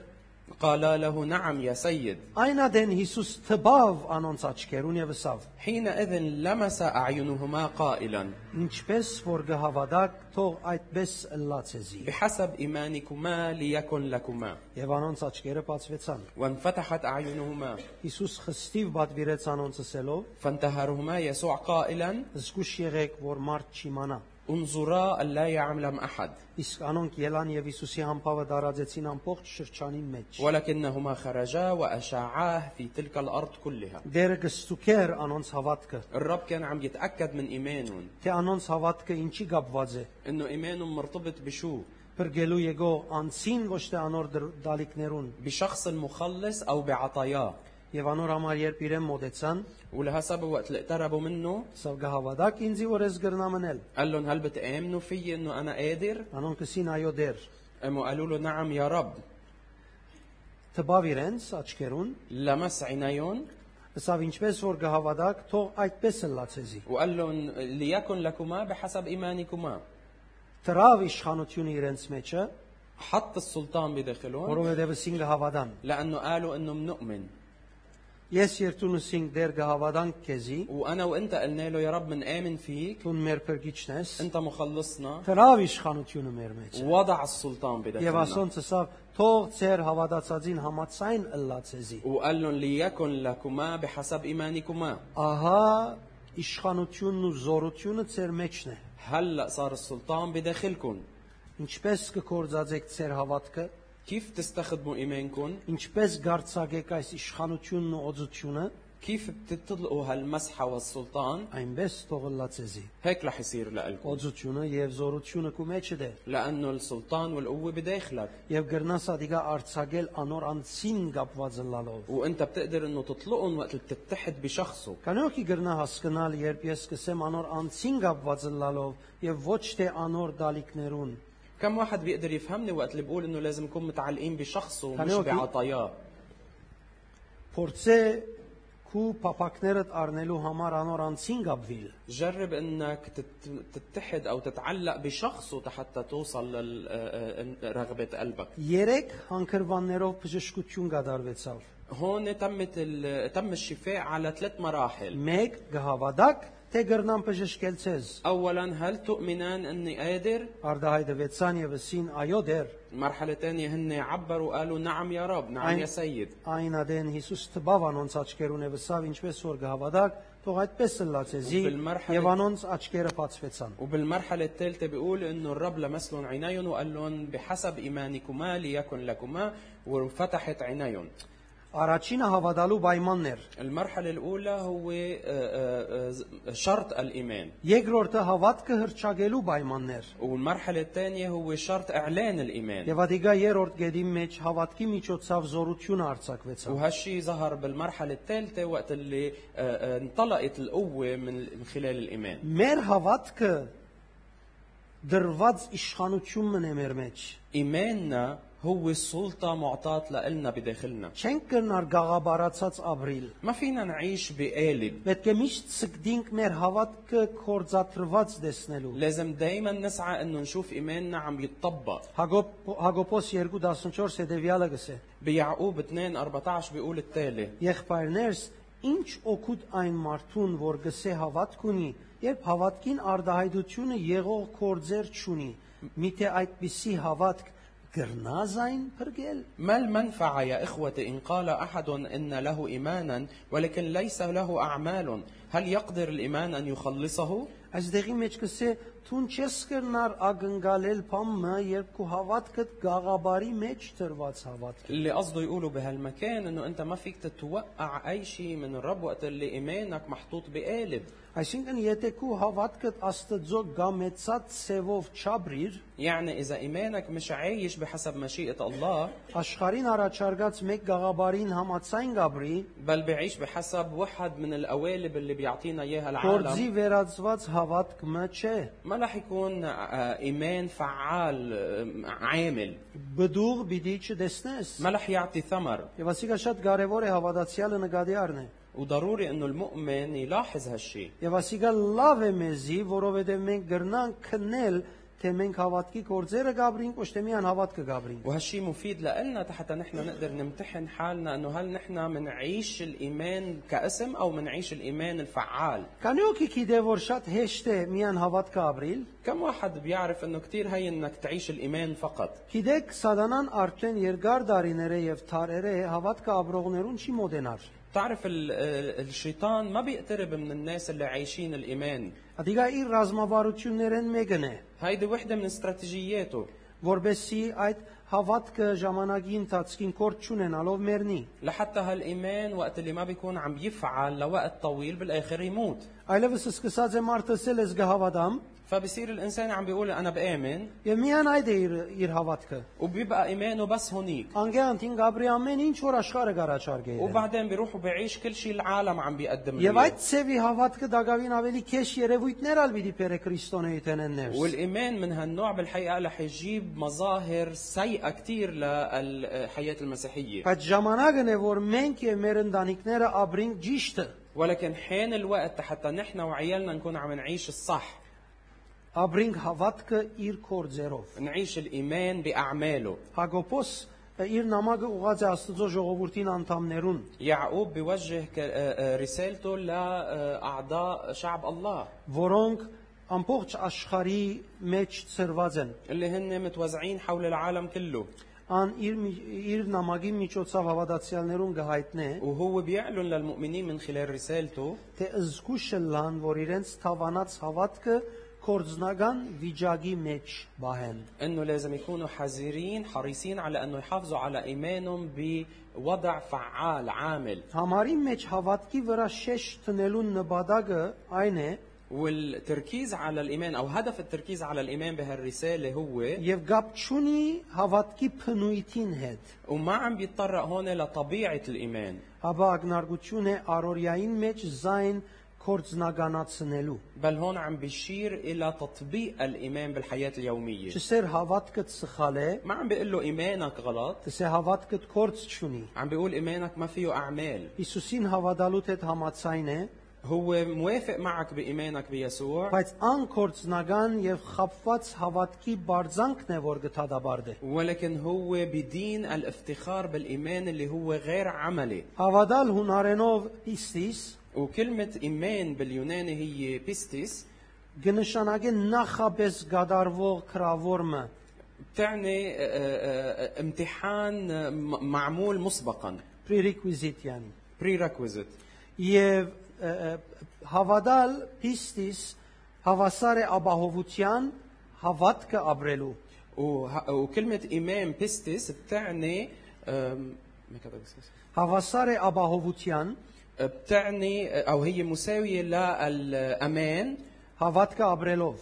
S2: قال له نعم يا سيد
S1: Այնադեն Հիսուս թբավ անոնց աչքերուն եւ ասավ.
S2: حينئذ لمس أعينهما قائلا
S1: Ինչպես որ գհավադակ, թող այդպես լացեզի։
S2: بحسب إيمانكما ليكن لكما
S1: Եվ անոնց աչքերը բացվեցան։
S2: وانفتحت أعينهما
S1: Հիսուս խստիվ պատվիրեց անոնց ասելով.
S2: فانتهرهما يسوع قائلا
S1: Զգուշ եղեք, որ մարդ չիմանա։
S2: انظرا ألا يعلم أحد
S1: Իսկ անոնք ելան եւ Հիսուսի համբավը դարաձեցին ամբողջ շրջանի մեջ։
S2: ولكنهما خرجا وأشاعاه في تلك الأرض كلها
S1: Դերը գստուկեր անոնց հավատքը,
S2: الرب كان عم يتأكد من إيمانهم
S1: թե անոնց հավատքը ինչի կապված է։
S2: إنه إيمانهم مرتبط بشو
S1: Բրգելու եկող անցին ոչ թե անոր դր- դալիքներուն
S2: بشخص المخلص أو بعطاياه
S1: եւ անոր համար երբ իրեն մոտեցան,
S2: ولها سبب وقت اللي اقتربوا منه
S1: սավ գհավադակ ինձի որ ես գրնամնել։
S2: قال لهم هل بتآمنوا فيي إنه أنا قادر؟
S1: Անոնք ասին այո դեր։
S2: قاموا قالوا له نعم يا رب
S1: Տբավ իրենց աչքերուն,
S2: لمس عينيهم
S1: ասավ ինչպես որ գհավադակ, թող այդպես էլ լացեզի։
S2: وقال لهم ليكن لكما بحسب إيمانكما
S1: Տրավ իշխանությունը իրենց մեջը,
S2: حط السلطان بداخلهم
S1: որովհետեւ ասին գհավադան։
S2: لأنه قالوا إنه منؤمن
S1: Ես երթունուսին դեր գհավադան քեզի,
S2: وأنا وأنت قلنا له يا رب من آمن فيك
S1: տուն մեր փրկիչն ես։
S2: أنت مخلصنا
S1: Տրավ իշխանությունը մեր մեջ։
S2: وضع السلطان
S1: Եվ
S2: بداخلنا
S1: ասոնց ասավ, թող ծեր հավատացածին համացայն լացեզի։
S2: وقال لهم ليكن لكما بحسب إيمانكما
S1: Ահա իշխանությունն ու զորությունը ծեր մեջն է։
S2: هلأ صار السلطان بداخلكم
S1: Ինչպես կկործածեք ծեր հավատքը,
S2: كيف تستخدموا إيمانكم
S1: ինչպես գարցակեք այս իշխանությունն ու օծությունը,
S2: كيف بتطلقوا هالمسحة والسلطان
S1: այնպես թողլացեզի։
S2: هيك رح يصير لإلكم
S1: Օծությունը եւ զորությունը քու մեջը դե։
S2: لأنه السلطان والقوة بداخلك
S1: Եվ գրնաս ադիգա արցակել անոր անցին կապված լալով։
S2: وانت بتقدر انه تطلقهم وقت اللي بتتحد بشخصه
S1: Կանոքի գրնա հասկանալ, երբ ես կսեմ անոր անցին կապված լալով եւ ոչ թե անոր դալիքներուն։
S2: كم واحد بيقدر يفهمني وقت اللي بقول انه لازم نكون متعلقين بشخصه
S1: خلينا
S2: ومش
S1: نقول-
S2: بعطاياه
S1: Փորձե քու փապակներդ առնելու համար անոր անցին կապվիլ։
S2: جرب انك تت- تتحد او تتعلق بشخصه حتى توصل لرغبة قلبك
S1: Երեք հանքրվաններով բժշկություն կատարվեցավ։
S2: هون تمت ال- تم الشفاء على ثلاث مراحل
S1: Մեկ գհավադակ, թե գրնամ բժշկել ցեզ։
S2: اولا هل تؤمنان اني قادر
S1: Արդահայտվեցան եւ ասին այո դեր
S2: المرحلة الثانية هن عبروا قالوا نعم يا رب نعم
S1: أي-
S2: يا سيد
S1: այն ադեն Հիսուս տբավ անոնց աչքերուն եւ ասավ ինչպես որ գհավադակ թող այդպես էլ լացեզի
S2: Ուբլմարհալե-
S1: եւ անոնց աչքերը բացվեցան
S2: وبالمرحلة الثالثة بيقول إنه الرب لمس لهم عينيهم وقال لهم بحسب إيمانكما ليكن لكما وانفتحت عينيهم.
S1: առաջինը հավատալու պայմանն էր
S2: المرحلة الأولى هو آه، آه، آه، شرط الإيمان
S1: երկրորդը հավատքը հրճագելու պայմանն էր
S2: والمرحلة الثانية هو شرط إعلان الإيمان
S1: եւ ադիգա երրորդ գեդի մեջ հավատքի միջոցով զորությունը արձակվեցավ
S2: وهالشي ظهر بالمرحلة الثالثة وقت اللي آه، آه، انطلقت القوة من من خلال الإيمان
S1: մեր հավատքը դրված իշխանությունն է մեր մեջ
S2: إيماننا هو سلطة معطاة لنا بداخلنا
S1: չենք կնար գաղաբարացած ապրիլ
S2: ما فينا نعيش بقالب
S1: Պետք է միշտ սկդինք մեր հավատքը կորզաթրված տեսնելու։
S2: لازم دايما نسعى انه نشوف ايماننا عم يتطبق
S1: Հագոբ Հագոբոս 2:14 հետևյալը գսե.
S2: بيعقوب 2 14 بيقول التالي
S1: Եղբայրներս, ինչ օգուտ այն մարդուն, որ գսե հավատք ունի, երբ հավատքին արդահայտությունը եղող կորձեր չունի։ Միթե այդպիսի հավատք գրնազ այն բրգել։
S2: ما المنفعة يا إخوتي إن قال أحد إن له إيمانا ولكن ليس له أعمال هل يقدر الإيمان أن يخلصه؟
S1: Այսդեղի մեջ գսե Տուն չես կրնար ագնգալել բամը, երբ քո հավատքդ գաղաբարի մեջ դրված հավատք։
S2: اللي قصده يقوله بهالمكان إنه أنت ما فيك تتوقع أي شيء من الرب وقت اللي إيمانك محطوط بقالب
S1: Այսինքն եթե քո հավատքդ Աստծո գամեցած սևով չաբրիր,
S2: يعني إذا إيمانك مش عايش بحسب مشيئة الله
S1: աշխարհին առաջարկած մեկ գաղաբարին համացայն գաբրի
S2: بل بعيش بحسب واحد من القوالب اللي بيعطينا إياها
S1: կորձի
S2: العالم
S1: վերածված հավատքը չէ
S2: ما رح يكون آه، إيمان فعال آه، عامل
S1: բդուղ բիդի չդեսնես
S2: ما رح يعطي ثمر
S1: եւ ասիկա շատ կարեւոր է հավատացյալը նկատի առնել
S2: وضروري انه المؤمن يلاحظ هالشيء
S1: եւ ասիկա լավ է մեզի որովհետեւ մենք գրնանք քնել թե մենք հավատքի գործերը գաբրինք, ոչ թե միայն հավատքը գաբրինք։
S2: وهالشيء مفيد لنا حتى نحن نقدر نمتحن حالنا انه هل نحن منعيش الايمان كاسم او منعيش الايمان الفعال
S1: Քանի ոքի գիտե որ շատ հեշտ է միայն հավատքը ապրիլ,
S2: كم واحد بيعرف انه كتير هي انك تعيش الايمان فقط
S1: գիտեք սատանան արդեն երկար դարիներ է եւ թարեր է հավատքը ապրողներուն չի մոտենար։
S2: تعرف ال- ال- الشيطان ما بيقترب من الناس اللي عايشين الايمان
S1: Ադիգա իր ռազմավարություններեն մեկն է,
S2: هيدي وحده من استراتيجياته
S1: որբեսի այդ հավատքը ժամանակի ընթացքին կորց չունենալով մեռնի։
S2: لحتى هالايمان وقت اللي ما بيكون عم يفعل لوقت طويل بالاخر يموت
S1: Այլևս սկսած է մարտսել ես գհավատամ
S2: فبصير الانسان عم بيقول انا بامن
S1: եւ միայն այդ է իր իր հավատքը։
S2: وبيبقى ايمانه بس هونيك
S1: Անգամ թին Գաբրի ամեն ինչ որ աշխարհը գարաչարգել է։
S2: وبعدين بيروح وبيعيش كل شيء العالم عم بيقدم
S1: Եվ
S2: له
S1: այդ ցևի հավատքը դակավին ավելի քեշ երևույթներ ալ պիտի բերե քրիստոնեի տենեններ։
S2: والايمان من هالنوع بالحقيقه رح يجيب مظاهر سيئه كثير للحياه المسيحيه
S1: Բայց ժամանակն է որ մենք եւ մեր ընտանիքները ապրենք ճիշտը,
S2: ولكن حان الوقت حتى نحن وعيالنا نكون عم نعيش الصح
S1: ապրենք հավատքը իր կորձերով։
S2: نعيش الايمان باعماله
S1: Հակոբոս իր նամակը ուղղած է Աստծո ժողովրդին անդամներուն,
S2: يعقوب بيوجه ك- آه، آه، رسالته لاعضاء شعب الله
S1: որոնք ամբողջ աշխարհի մեջ ծրված են։
S2: اللي هن متوزعين حول العالم كله
S1: Ան իր մի- իր նամակի միջոցով հավատացյալներուն գահիտնե,
S2: وهو بيعلن للمؤمنين من خلال رسالته
S1: թե զգուշը լան, որ իրենց թավանած հավատքը կորձնական վիճակի մեջ բահեն։
S2: انه لازم يكونوا حذرين حريصين على انه يحافظوا على ايمانهم بوضع فعال عامل
S1: Համարի մեջ հավատքի վրա շեշ տնելու նպատակը այն է,
S2: والتركيز على الايمان او هدف التركيز على الايمان بهالرساله هو
S1: եւ գապ չունի հավատքի փնույթին հետ։
S2: وما عم بيتطرق هون لطبيعه الايمان
S1: Հաբա ագնարգություն է առորյային մեջ զայն կորձնականացնելու։
S2: بل هون عم بيشير الى تطبيق الايمان بالحياه اليوميه
S1: Չսեր հավատքը սխալ է,
S2: ما عم بيقول له ايمانك غلط
S1: դսե հավատքը կորձ չունի։
S2: عم بيقول ايمانك ما فيه اعمال
S1: Հիսուսին հավատալուց հետ համացայն է,
S2: هو موافق معك بايمانك بيسوع
S1: բայց անկորձնական եւ խապված հավատքի բարձանքն է որ գտադաբարդե։
S2: ولكن هو بدين الافتخار بالايمان اللي هو غير عملي
S1: Հավատալ հունարենով իսիս
S2: وكلمة إيمان باليوناني هي بيستيس
S1: գնշանագե նախապես գադարվող քրավորմը
S2: بتعني آه، آه، آه، امتحان آه، م- معمول مسبقا
S1: prerequisite-յանի
S2: prerequisite
S1: եւ ը, ը, հավատալ պիստիս հավասար է ապահովության հավատքը ապրելու
S2: وه- وكلمة إيمان بيستيس بتعني آم، ما كتبت اسمها؟
S1: հավասար է ապահովության
S2: بتعني أو هي مساوية للأمان
S1: հավատքը ապրելով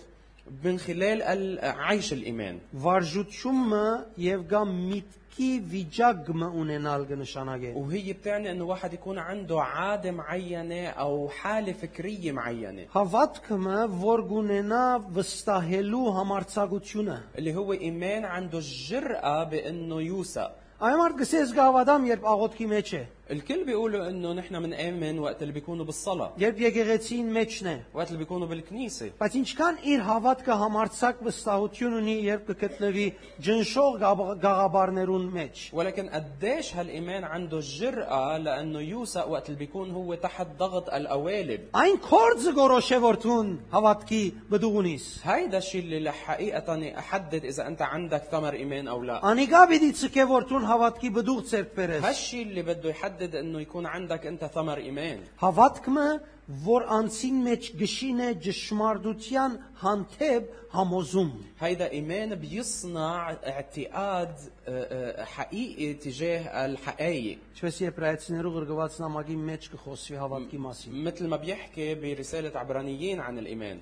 S2: من خلال ال- عيش الإيمان
S1: վարժությունը եւ կամ միտքի վիճակը ունենալ կնշանակե
S2: وهي بتعني أنه واحد يكون عنده عادة معينة أو حالة فكرية معينة
S1: հավատքը որ գունենա վստահելու համարձակությունը
S2: اللي هو إيمان عنده الجرأة بأنه يوثق
S1: այ մարդը ցես գավադամ երբ աղոթքի մեջ է
S2: الكل بيقولوا انه نحن بنآمن وقت اللي بيكونوا بالصلاة،
S1: Երբ եկեղեցին մեջն է,
S2: وقت اللي بيكونوا بالكنيسة،
S1: բայց ինչքան իր հավատքը համարցակ վստահություն ունի, երբ կգտնվի ջնշող գաղ- գաղաբարներուն մեջ։
S2: ولكن قديش هالإيمان عنده الجرأة لأنه يوثق وقت اللي بيكون هو تحت ضغط القوالب.
S1: Այն կորձը գորոշե որթուն հավատքի բդուգունիս։
S2: هيدا الشيء اللي حقيقة يحدد إذا أنت عندك ثمر إيمان أو لا.
S1: Անիկա պիտի ցկե որթուն հավատքի բդուղ ծերբերես։
S2: هالشيء اللي بده يحدد انه يكون عندك انت ثمر ايمان،
S1: Հավատքը, որ անցին մեջ գշին է ճշմարտության հանդեպ համոզում։
S2: هيدا ايمان بيصنع اعتقاد آه، آه، حقيقي تجاه الحقائق،
S1: Ինչպես Եբրայեցիներու գրգված նամակի մեջ կխոսվի հավատքի մասին։
S2: مثل ما بيحكي برسالة عبرانيين عن الايمان.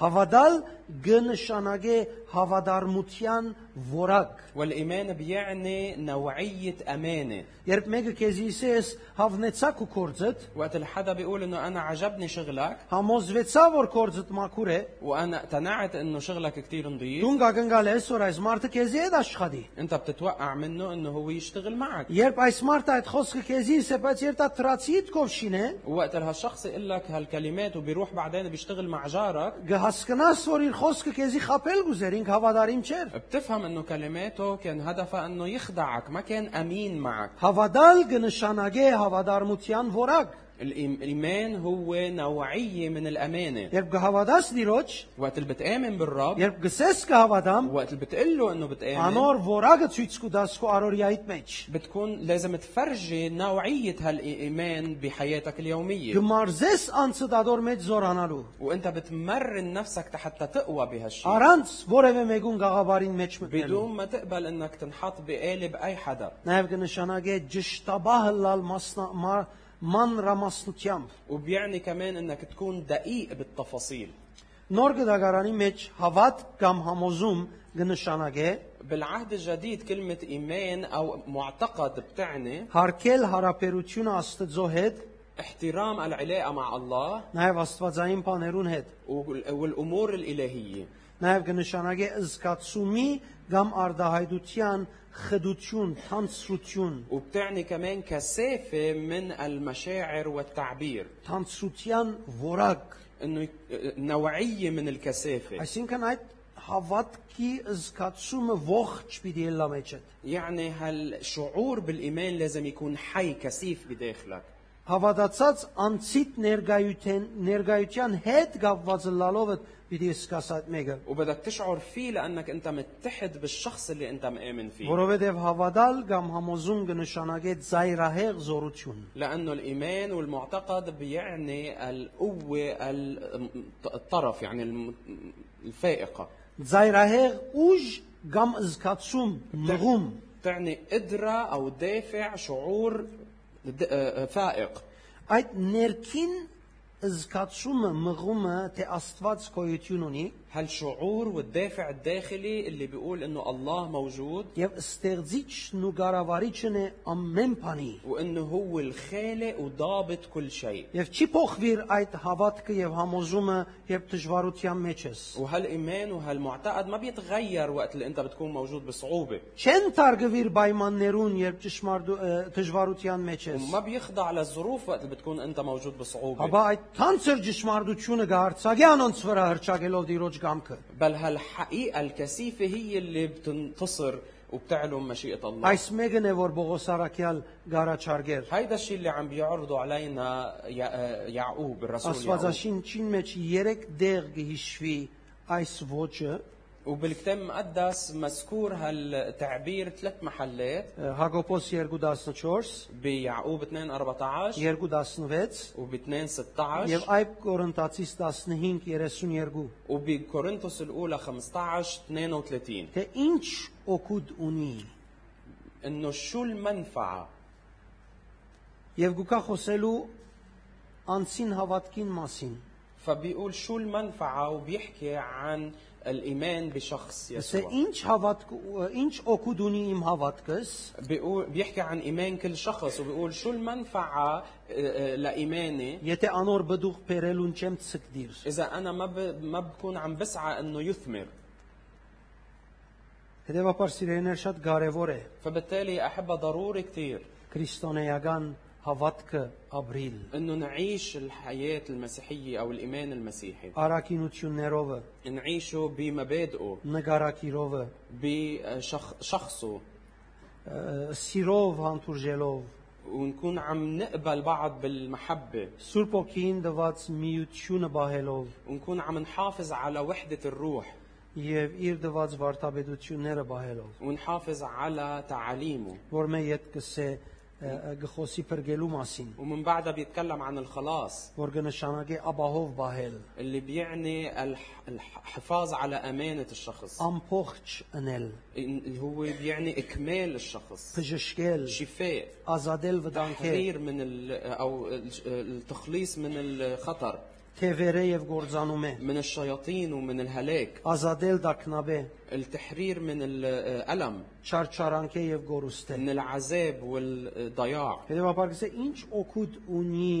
S1: Հավատալ գնշանագե հավատարմության ворակ։
S2: والايمان بيعني نوعيه امانه
S1: Երբ մեկը քեզի իսես հավնեցակ ու կորձդ,
S2: وقت اللي حدا بيقول انه انا عجبني شغلك
S1: համոզվեցա որ կորձդ մաքուր է,
S2: وانا اقتنعت انه شغلك كتير نظيف
S1: դուն գակնգալ ես որ այս մարդը քեզի հետ աշխատի։
S2: انت بتتوقع منه انه هو يشتغل معك
S1: Երբ այս մարդը այդ խոսքը քեզի իսե, բայց երբ դա թրացի դքով շինե,
S2: وقت اللي هالشخص يقول لك هالكلمات وبيروح بعدين بيشتغل مع جارك
S1: հասկանաս, որ իր խոսքը քեզի խապել գուզեր, ինք հավատարիմ չէր։
S2: بتفهم انه كلماته كان هدفها انه يخدعك ما كان امين معك
S1: Հավատալ կնշանակե հավատարմության որակ։
S2: الإيم- الايمان هو نوعيه من الامانه
S1: Երբ կհավատաս Տիրոջ,
S2: وقت اللي بتامن بالرب
S1: երբ կսես կհավատամ,
S2: وقت اللي بتقول له انه بتامن
S1: անոր որակը ցույց կտաս քո արորիայիդ մեջ։
S2: بتكون لازم تفرجي نوعيه هالايمان بحياتك اليوميه
S1: Գմարզես անցտադոր մեջ զորանալու։
S2: وانت بتمرن نفسك حتى تقوى بهالشيء
S1: Առանց որևէ մեկուն գաղաբարին մեջ մտնելու։
S2: بدون ما تقبل انك تنحط بقالب اي حدا
S1: Նաև կնշանակե ճշտաբահ լալ մասնա մա- մանրամասնությամբ։
S2: وبيعني كمان انك تكون دقيق بالتفاصيل
S1: Նոր գդագարանի մեջ հավատ կամ համոզում կնշանակե
S2: بالعهد الجديد كلمة إيمان أو معتقد بتعني
S1: հարկել հարաբերությունը Աստծո հետ,
S2: احترام العلاقة مع الله
S1: նաև Աստվածային բաներուն հետ։
S2: وال- والأمور الإلهية
S1: Նաև կնշանակե զգացումի կամ արդահայտության խդություն, թանցություն,
S2: وبتعني كمان كثافة من المشاعر والتعبير
S1: թանցության որակ։
S2: انه يك- نوعية من الكثافة
S1: Այսինքն այդ հավատքի զգացումը ողջ պիտի ելա մեջը։
S2: يعني هالشعور بالإيمان لازم يكون حي كثيف بداخلك
S1: Հավատացած անցիտ ներգայության ներգայության հետ կապված լալովը պիտի սկաս այդ մեկը,
S2: وبدك تشعر فيه لأنك أنت متحد بالشخص اللي أنت مآمن فيه
S1: որովհետև հավատալ կամ համոզում կնշանակե զայրահեղ զորություն։
S2: لأنه الإيمان والمعتقد بيعني القوة ال- الطرف يعني الم- الفائقة
S1: Զայրահեղ ուժ կամ զգացում, մղում։
S2: تعني قدرة أو دافع شعور د- آه، فائق
S1: Այդ ներքին զգացումը, մղումը, թե Աստված գոյություն ունի
S2: هالشعور والدافع الداخلي اللي بيقول إنه الله موجود
S1: եւ ստեղծիչն ու գարավարիչն է ամեն բանի։
S2: وإنه هو الخالق وضابط كل شيء
S1: Եվ չի փոխվիր այդ հավատքը եւ համոզումը, երբ դժվարության մեջ ես։
S2: وهالإيمان وهالمعتقد ما بيتغير وقت اللي أنت بتكون موجود بصعوبة
S1: Չեն թարգվիր պայմաններուն, երբ ճշմարտ դժվարության մեջ ես։
S2: وما بيخضع للظروف وقت اللي بتكون أنت موجود بصعوبة
S1: Հաբա այդ ցանցր ճշմարտությունը գարցակի անոնց վրա հրճակելով դիրոջ կամքը։
S2: بل هالحقيقة الكثيفة هي اللي بتنتصر وبتعلم مشيئة الله
S1: Այս մեկն է, որ Բողոս Արաքյալ գարաչարգեր։
S2: هيدا الشيء اللي عم بيعرضه علينا يا- يعقوب الرسول يعقوب
S1: Աստվածաշնչին մեջ 3 դեղ գհիշվի այս ոճը
S2: وبالكتاب المقدس مذكور هالتعبير ثلاث محلات
S1: Հակոբոս 2:14,
S2: بيعقوب 2 14
S1: 2:16
S2: وب 2 16
S1: եւ Այբ Կորինթացիս 15:32
S2: وبكورنثوس الاولى 15 32
S1: թե ինչ օգուտ ունի
S2: انه شو المنفعه
S1: եւ գուկա խոսելու անցին հավատքին մասին
S2: فبيقول شو المنفعه وبيحكي عن الايمان بشخص
S1: ասե
S2: يسوع
S1: ինչ հավատք ինչ օգուտ ունի իմ հավատքս
S2: بيقول بيحكي عن ايمان كل شخص وبيقول شو المنفعه آه، آه، لايماني
S1: եթե անոր բդուղ բերելուն չեմ ցկդիր
S2: اذا انا ما ب... ما بكون عم بسعى انه يثمر
S1: հետեւաբար սիրելիներ շատ կարեւոր է
S2: فبالتالي احبها ضروري كثير
S1: քրիստոնեական հավատքը ապրիլ
S2: انه نعيش الحياه المسيحيه او الايمان المسيحي
S1: արակինություններով
S2: نعيشه بمبادئه
S1: նգարակիրով
S2: بشخصه
S1: սիրով հանդուրժելով
S2: ونكون عم نقبل بعض بالمحبه
S1: սուրբ ոգին դված միությունը բահելով
S2: ونكون عم نحافظ على وحده الروح
S1: եւ իր դված վարտաբեդությունները բահելով
S2: ونحافظ على تعاليمه
S1: որ մե ետ կսե գխոսի բրգելու մասին
S2: ومن بعدها بيتكلم عن الخلاص
S1: որ կնշանակի ապահով բահել
S2: اللي بيعني الح- الحفاظ على أمانة الشخص
S1: آه. ամփոխ ունել
S2: اللي هو بيعني إكمال الشخص
S1: բժշկել
S2: شفاء
S1: ազատել վտանգեր
S2: تحرير من ال أو ال- التخليص من الخطر
S1: թևերը եւ գործանում է
S2: من الشياطين ومن الهلاك
S1: ազատել դակնաբե
S2: التحرير من الألم
S1: չարչարանքե եւ գորուստե
S2: من العذاب والضياع
S1: հետեւաբար կսե ինչ օգուտ ունի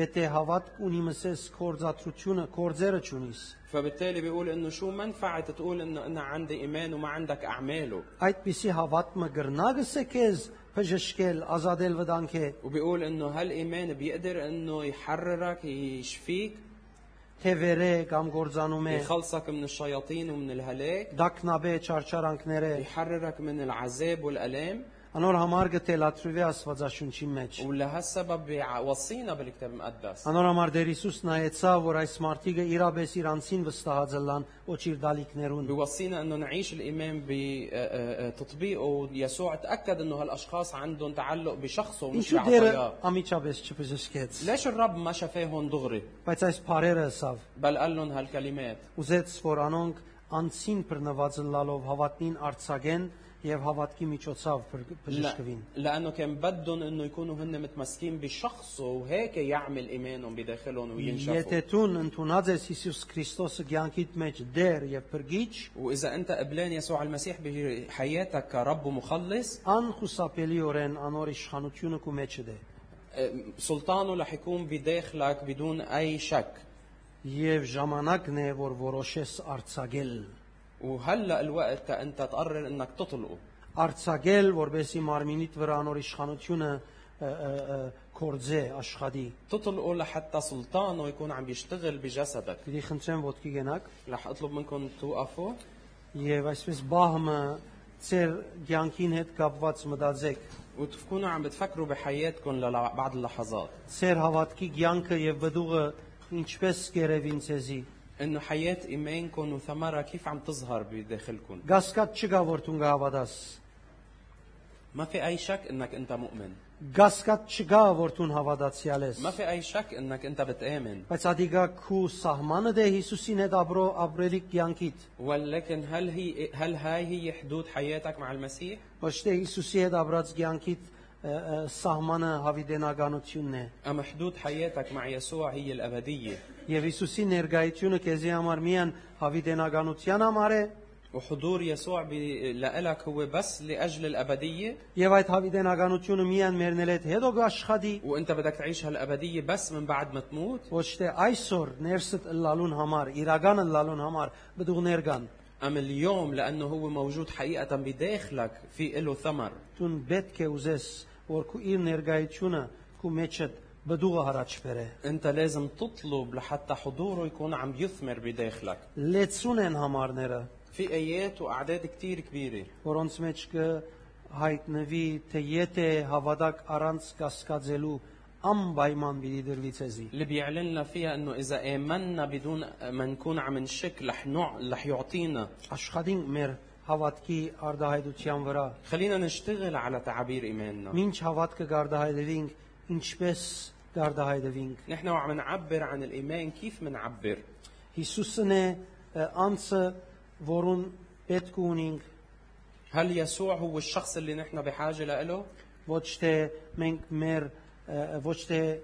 S1: եթե հավատք ունի մսես կորզատրությունը կորձերը ճունիս
S2: فبالتالي بيقول انه شو منفعة تقول انه انا عندي ايمان وما عندك اعماله
S1: այդպիսի հավատքը գրնագսե քեզ բժշկել ազատել վտանգե
S2: وبيقول انه هالايمان بيقدر انه يحررك يشفيك
S1: թե վերե կամ գործանում է
S2: يخلصك من الشياطين ومن الهلاك
S1: դակնաբե չարչարանքները
S2: يحررك من العذاب والآلام
S1: անոր համար գտելացրուվի աստվածաշունչի մեջ
S2: ولهالسبب بيع- وصينا بالكتاب المقدس
S1: անոր համար դեր Հիսուս նայեցավ որ այս մարդիկը իրապես իրանցին վստահաձլան ոչ իր դալիքներուն
S2: بيوصينا انه نعيش آه، الايمان بتطبيقه يسوع تاكد انه هالاشخاص عندهم تعلق بشخصه ومش
S1: ինչու դերը
S2: بعطاياه
S1: ամիջապես չփզսկեց
S2: ليش الرب ما شافاهم دغري
S1: բայց այս բարերը ասավ
S2: بل قال لهم هالكلمات
S1: ուզեց որ անոնք անցին բռնված լալով հավատնին արցագեն եւ հավատքի միջոցով բր-
S2: لا
S1: բժշկվին
S2: لانه كان بدهم انه يكونوا هن متمسكين بشخصه وهيك يعمل ايمانهم بداخلهم
S1: Եթե
S2: وينشفوا
S1: դուն ընդունած ես Հիսուս Քրիստոսը կյանքիդ մեջ դեր եւ բրգիչ,
S2: واذا انت قبلان يسوع المسيح بحياتك كرب ومخلص
S1: անխուսափելիորեն անոր իշխանությունը քո մեջ դե։
S2: آه، سلطانه رح يكون بداخلك بدون اي شك
S1: Եվ ժամանակն է, որ որոշես արցագել։
S2: وهلا الوقت انت تقرر انك تطلقه
S1: Արցագել, որբեսի մարմինիդ վրա անոր իշխանությունը ը, ը, ը, կործե աշխատի։
S2: تطلقوا لحتى سلطانه يكون عم يشتغل بجسدك
S1: Պիտի խնդրեմ ոտքի գնաք
S2: رح اطلب منكم توقفوا
S1: եւ այսպես բահմը ծեր ցանկին հետ կապված մտածեք։
S2: وتكونوا عم بتفكروا بحياتكم لبعض اللحظات
S1: Ծեր հավատքի ցանկը եւ բդուղը ինչպես կերևին ցեզի։
S2: انه حياة ايمانكم وثمرها كيف عم تظهر بداخلكم
S1: Գասկած չկա որ դուն գավադաս։
S2: ما في اي شك انك انت مؤمن
S1: Գասկած չկա որ դուն հավատացյալ ես։
S2: ما في اي شك انك انت بتآمن
S1: Բայց ադիգա քու սահմանը դե Հիսուսին հետ ապրո ապրելի ցանկիդ։
S2: ولكن هل هي هل هاي هي حدود حياتك مع المسيح
S1: Ոչ թե Հիսուսի հետ ապրած ցանկիդ ը, ը, սահմանը հավիտենականությունն է։
S2: ام حدود حياتك مع يسوع هي الابديه
S1: Եվ Հիսուսի ներկայությունը քեզի համար միան հավիտենականության համար է,
S2: وحضور يسوع ب- لإلك هو بس لاجل الابديه
S1: եւ այդ հավիտենականությունը միան մերնել հետ հետո աշխատի,
S2: وانت بدك تعيش هالابديه بس من بعد ما تموت
S1: ոչ թե այսօր ներսդ լալուն համար, իրական լալուն համար բդուղներ կան։
S2: ام اليوم لانه هو موجود حقيقه بداخلك في له ثمر
S1: Դուն պետք է ուզես, որ քու իր ներկայությունը քու մեջդ բդուղը հարաճ բերե։
S2: انت لازم تطلب لحتى حضوره يكون عم يثمر بداخلك
S1: Լեցուն են համարները,
S2: في ايات واعداد كتير كبيره
S1: որոնց մեջ կը հայտնվի թե եթե հավատակ առանց կասկածելու անպայման մի դրվիցեզի
S2: اللي بيعلن لنا فيها انه اذا امنا بدون ما نكون عم نشك رح نوع رح يعطينا
S1: աշխատին մեր հավատքի արդահայտության վրա
S2: خلينا نشتغل على تعابير ايماننا
S1: ինչ հավատքը արդահայտվինք ինչպես արդահայտվինք
S2: نحن وعم نعبر عن الايمان كيف منعبر
S1: Հիսուսն է ը, անցը որուն պետք ունինք
S2: هل يسوع هو الشخص اللي نحن بحاجه له
S1: ոչ թե մենք մեր ը, ոչ թե ը,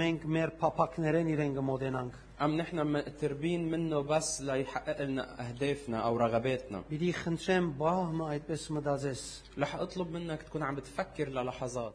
S1: մենք մեր փապակներեն իրեն կմոտենանք
S2: ام نحن مقتربين منه بس ليحقق لنا اهدافنا او رغباتنا
S1: Պիտի խնդրեմ բահմը այդպես մտածես
S2: رح اطلب منك تكون عم بتفكر للحظات